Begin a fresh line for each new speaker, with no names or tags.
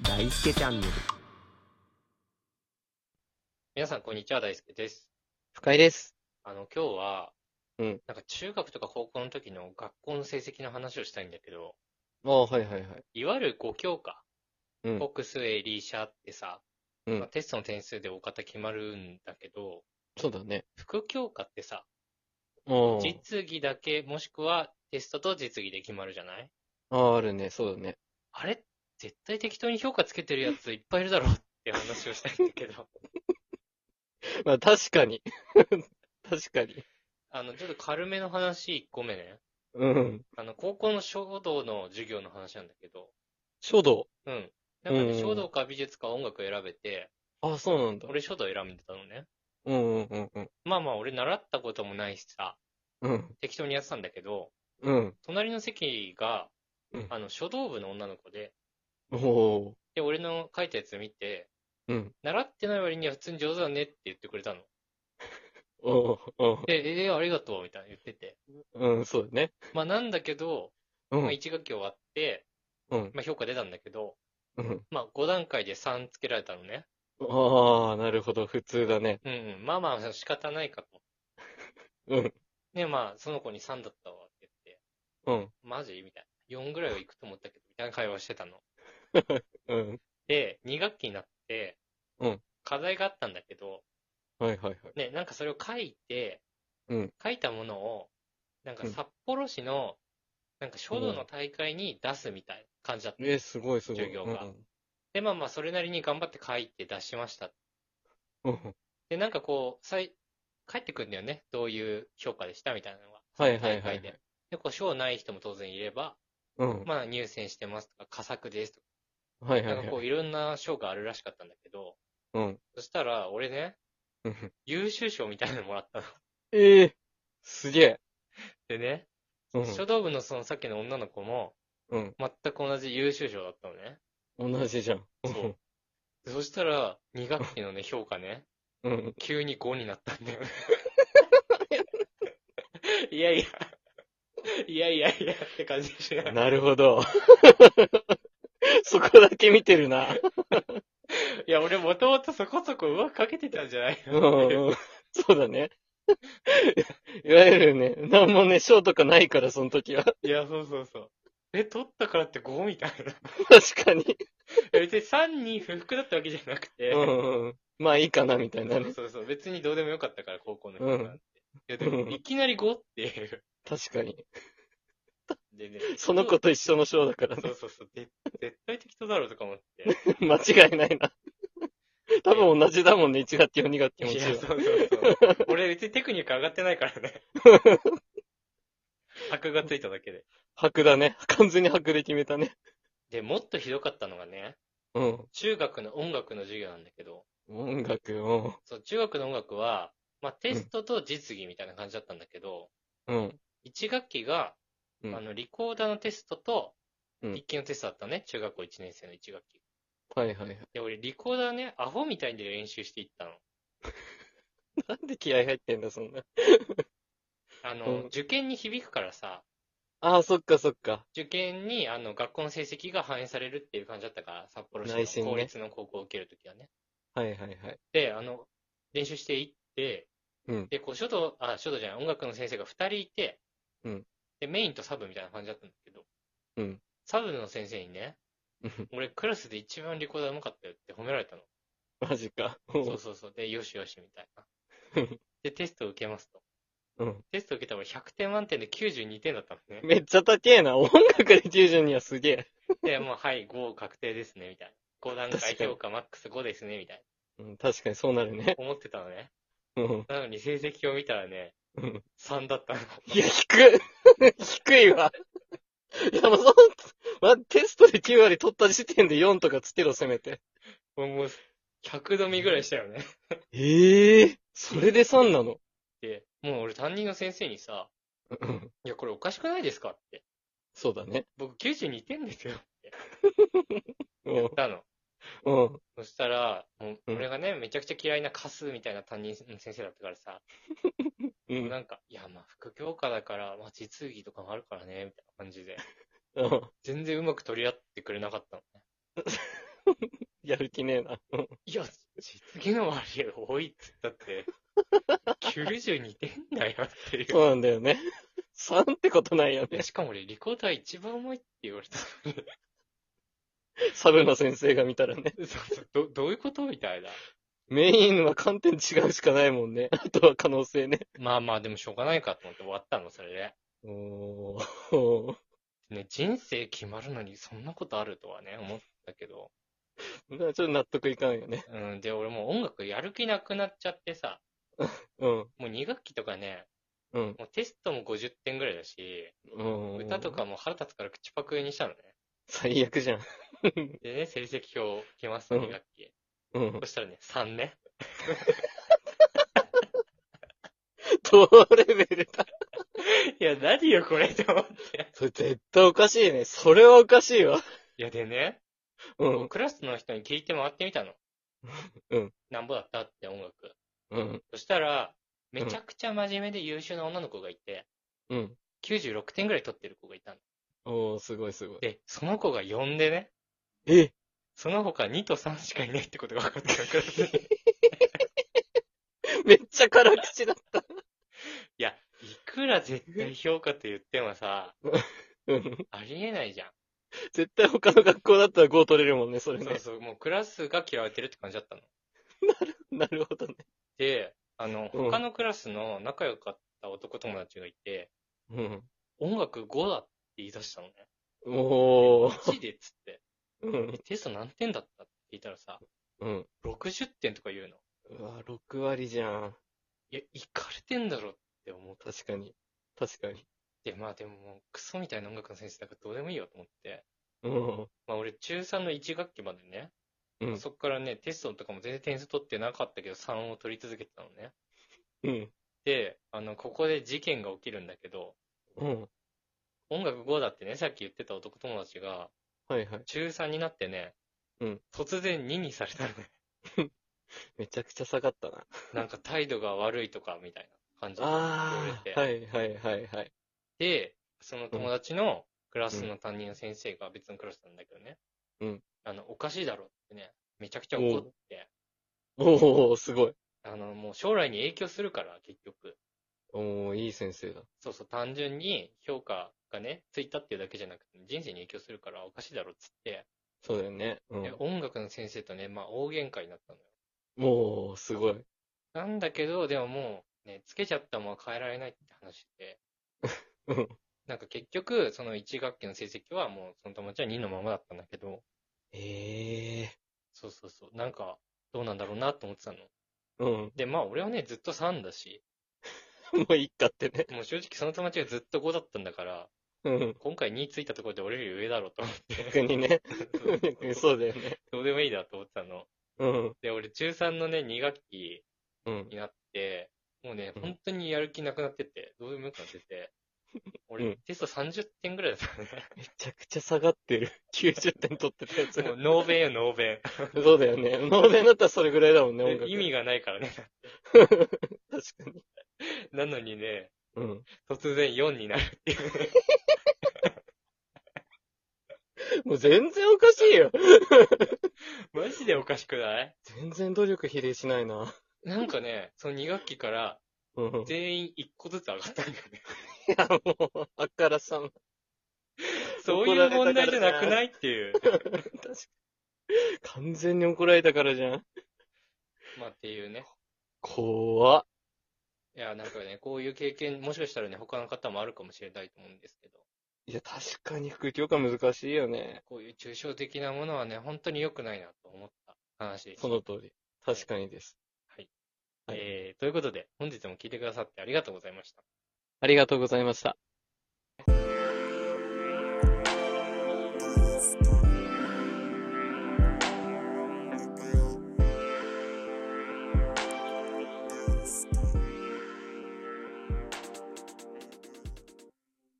大輔チャンネル
皆さん、こんにちは。大輔です。
深井です。
あの、今日は、
うん
なんか中学とか高校の時の学校の成績の話をしたいんだけど、
ああ、はいはいはい。
いわゆる5教科、
うん
国数、英、理、社ってさ、
うん
まあテストの点数で大方決まるんだけど、
そうだね。
副教科ってさ、
あ
実技だけ、もしくはテストと実技で決まるじゃない
あ、ああるね。そうだね。
あれ絶対適当に評価つけてるやついっぱいいるだろうって話をしたいんだけど、
まあ確かに。 確かに。
あの、ちょっと軽めの話1個目ね。
うん。
あの、高校の書道の授業の話なんだけど、
書道。
うん。なんかね、
うん
書道か美術か音楽選べて、
ああ、そうなんだ。
俺書道選んでたのね。
うんうんうんうん。
まあまあ、俺習ったこともないしさ、
うん。
適当にやってたんだけど、
うん。
隣の席が
うん、
あの、書道部の女の子で、
おお
で、俺の書いたやつ見て、
ー。うん。
習ってない割には普通に上手だねって言ってくれたの。
おおお
で、えーありがとう、みたいな言ってて。
うん、そうだね。
まあなんだけど、
う
まあ
ん。
1学期終わって、
うん。
まあ評価出たんだけど、
うん。
まあ5段階で3つけられたのね。
ああ、なるほど。普通だね。
うんうん、まあまあ仕方ないかと。
うん。
ね、まあその子に3だったわって言って。
うん。
マジみたいな。4ぐらいは行くと思ったけど、みたいな会話してたの。
うん。
で、2学期になって、
うん
課題があったんだけど、
はいはいはい。
ね、なんかそれを書いて、
うん
書いたものを、なんか
うん
札幌市の、なんか書道の大会に出すみたいな感じだった。
えー、すごいすごい。
授業が
うん
で、まあまあ、それなりに頑張って書いて出しました。
うん。うん
で、なんかこう、さい帰ってくるんだよね。どういう評価でしたみたいなのは。
はいはい
大
は
会
い
で。。で、こう、賞ない人も当然いれば、
うん。
まあ、入選してますとか、佳作ですとか
はいは
ないんかこ
は
う
い。
いろんな賞があるらしかったんだけど、
うん。
そしたら俺ね、
うん
優秀賞みたいなのもらったの。
ええー。すげえ。
でね、
うん。
書道部のそのさっきの女の子も
うん。
全く同じ優秀賞だったのね。
同じじゃん。
そうでそしたら2学期のね、評価 ね、
うん。
急に5になったんだよ ね。いやいや、いやいやいやって感じしない。
なるほど。そこだけ見てるな。
いや、俺もともとそこそこ上手くかけてたんじゃない
うん
のっていう
うん、そうだね。いわゆるね、なんもね、賞とかないから、その時は。
いや、そうそうそう。え、取ったからって5みたいな。
確かに。
いや別に3に不服だったわけじゃなくて、
うんうんうん。まあいいかな、みたいな
そう
ね。
そうそう、別にどうでもよかったから、高校の
う
時
ん
なんて。いや、でも、いきなり5っていう。
確かに。
でね、
その子と一緒の賞だから
そ
ね。
うそうそう、で絶対適当だろうとか思って。
間違いないな。多分同じだもんね、1学期も2学期も
いや、
中
そう
学
そうそう。 俺、別にテクニック上がってないからね。箔がついただけで。
白だね。完全に白で決めたね。
で、もっとひどかったのがね、
うん。
中学の音楽の授業なんだけど、
音楽、うん。
そう、中学の音楽は、まあ、テストと実技みたいな感じだったんだけど、
うん。
1学期が、
うん
あの、リコーダーのテストと、
うん
筆記のテストだったのね、中学校1年生の1学期。
はいはいはい。
で、俺、リコーダーね、アホみたいに練習していったの。
なんで気合入ってんだ、そんな。
あの、
うん
受験に響くからさ、
ああ、そっかそっか。
受験に、あの、学校の成績が反映されるっていう感じだったから、札幌市
内心
の
ね
公立の高校を受けるときはね。
はいはいはい。
で、あの、練習していって、
うん
で、こう、書道、あ、書道じゃない、音楽の先生が2人いて、
うん
で、メインとサブみたいな感じだったんだけど、
うん
サブの先生にね、俺、クラスで一番リコーダーうまかったよって褒められたの。
マジか。
そうそうそう。で、よしよしみたい な
うん。
で、テストを受けますと。
うん。
テストを受けたら俺100点満点で92点だったのね。
めっちゃ高えな。音楽で90にはすげえ。
で、もう、はい、5確定ですね、みたいな。5段階
確かに
評価マックス5ですね、みたい
うん、確かにそうなるね。
な。思ってたのね。
うん。
なのに成績を見たらね、
うん
3だったの。
いや、低い。 低いわ。いや、もうその、ま、テストで9割取った時点で4とかつけろ、せめて。
もう、もう100度見ぐらいしたよね。
ええそれで3なの。
で、もう俺担任の先生にさ、
うん
いや、これおかしくないですかって。
そうだね。
僕92点ですよって
う
言
ん
っ。たの。
うん。
そしたら、もう、
うん
俺がね、めちゃくちゃ嫌いなカスみたいな担任の先生だったからさ、
うん。うん
なんか、いや、まあ、副教科だから、まあ、実技とかもあるからね、みたいな感じで。全然うまく取り合ってくれなかったのね。
やる気ねえな。
いや、実技の割合多いっつったって、92点だよっていう。
そうなんだよね。3ってことないよ
い
ね
や。しかも俺、リコーダー一番重いって言われた。
サブの先生が見たらね。
そうそうどどういうことみたいな。
メインは観点違うしかないもんね。あとは可能性ね。
まあまあ、でもしょうがないかと思って終わったの、それで。
おー。
ね、人生決まるのにそんなことあるとはね、思ったけど。
ちょっと納得いかんよね。
うん、で、俺もう音楽やる気なくなっちゃってさ、
うん。
もう2学期とかね、
うん。
もうテストも50点ぐらいだし、
うん。
歌と。かも腹立つから口パクにしたのね。
最悪じゃん。
でね、成績表を来ます、
うん
2学期。
うん
そ。したらね、3ね。
同レベルだ。
いや、何よ、これ、と思って。
それ絶対おかしいね。それはおかしいわ。
いや、でね、
う。
こうんクラスの人に聞いて回ってみたの。
うん。
なんぼだったって音楽。
うん。
そしたら、めちゃくちゃ真面目で優秀な女の子がいて、
うん。
96点ぐらい取ってる子がいたの。
おー、すごいすごい。
で、その子が4でね、
え
その他2と3しかいないってことが分かったから、 い
めっちゃ辛口だ。
や、いくら絶対評価と言ってもさ、
うん。
ありえないじゃん。
絶対他の学校だったら5取れるもんね、それ
そう
ね。
そう、もうクラスが嫌われてるって感じだったの。
なるほどね。
で、あの、
うん
他のクラスの仲良かった男友達がいて、
うん。
音楽5だって言い出したのね。
おー。
1でっつって、
うん。
テスト何点だったって聞いたらさ、
うん。
60点とか言うの。
うわ、6割じゃん。
いや、いかれてんだろって思っ
確かに。確かに。
て、まあでももうクソみたいな音楽の先生だからどうでもいいよと思って、
うん。
まあ俺中3の1学期までね、
うん。
そっからね、テストとかも全然点数取ってなかったけど3を取り続けてたのね。
うん。
で、あの、ここで事件が起きるんだけど、
うん。
音楽5だってね、さっき言ってた男友達が、
はいはい。
中3になってね、
うん
突然2にされ たのね。
めちゃくちゃ下がったな。
なんか態度が悪いとかみたいな感じで言われ
あ
て。
ー。はいはいはいはい。
で、その友達のクラスの担任の先生が別のクラスなんだけどね。
うん。
あの、おかしいだろってね、めちゃくちゃ怒って、
おー、すごい。
あの、もう将来に影響するから、結局。
おー、いい先生だ。
そうそう、単純に評価がね、ついたっていうだけじゃなくて、人生に影響するからおかしいだろっつって、
そうだよね。う
で
ん。
音楽の先生とね、まあ大喧嘩になったのよ。
おー、すごい。
なんだけど、でももう、ね、つけちゃったもんは変えられないって話で、
うん。
なんか結局、その1学期の成績はもう、その友達は2のままだったんだけど、
ええ
そうそうそう、なんか、どうなんだろうなと思ってたの。
ー。うん。
で、まあ俺はね、ずっと3だし、
もういいかってね。
もう正直その友達がずっと5だったんだから、
うん。
今回2ついたところで俺より上だろうと思って
逆にね。
そう そう、
そうだよね。
どうでもいいなと思ってたの。
うん。
で、俺中3のね、2学期
うん。
になって、もうね、
うん
本当にやる気なくなってて、どうでもよくなってて、
う
俺
ん
テスト30点ぐらいだったね。
めちゃくちゃ下がってる。90点 取ってたやつ
も
が
う。ノーベンよ、ノーベ
そうだよね。能面だったらそれぐらいだもんね、音楽。
ン。意味がないからね。
確かに。
なのにね、
うん。
突然4になるっていう。
もう全然おかしいよ。
マジでおかしくない
全然努力比例しないな。
なんかね、その2学期から
うん。い
全員1個ずつ上がったんだよね。
や、もう、あからさん。
そういう問題じゃなくないっていう。
確かに。完全に怒られたからじゃん。
まあっていうね。
怖っ。
いや、なんかね、こういう経験、もしかしたらね、他の方もあるかもしれないと思うんですけど、
いや、確かに副教科難しいよね。
こういう抽象的なものはね、本当に良くないなと思った話でした。
その通り。確かにです。はい
えー、ということで、本日も聞いてくださってありがとうございました。
ありがとうございました。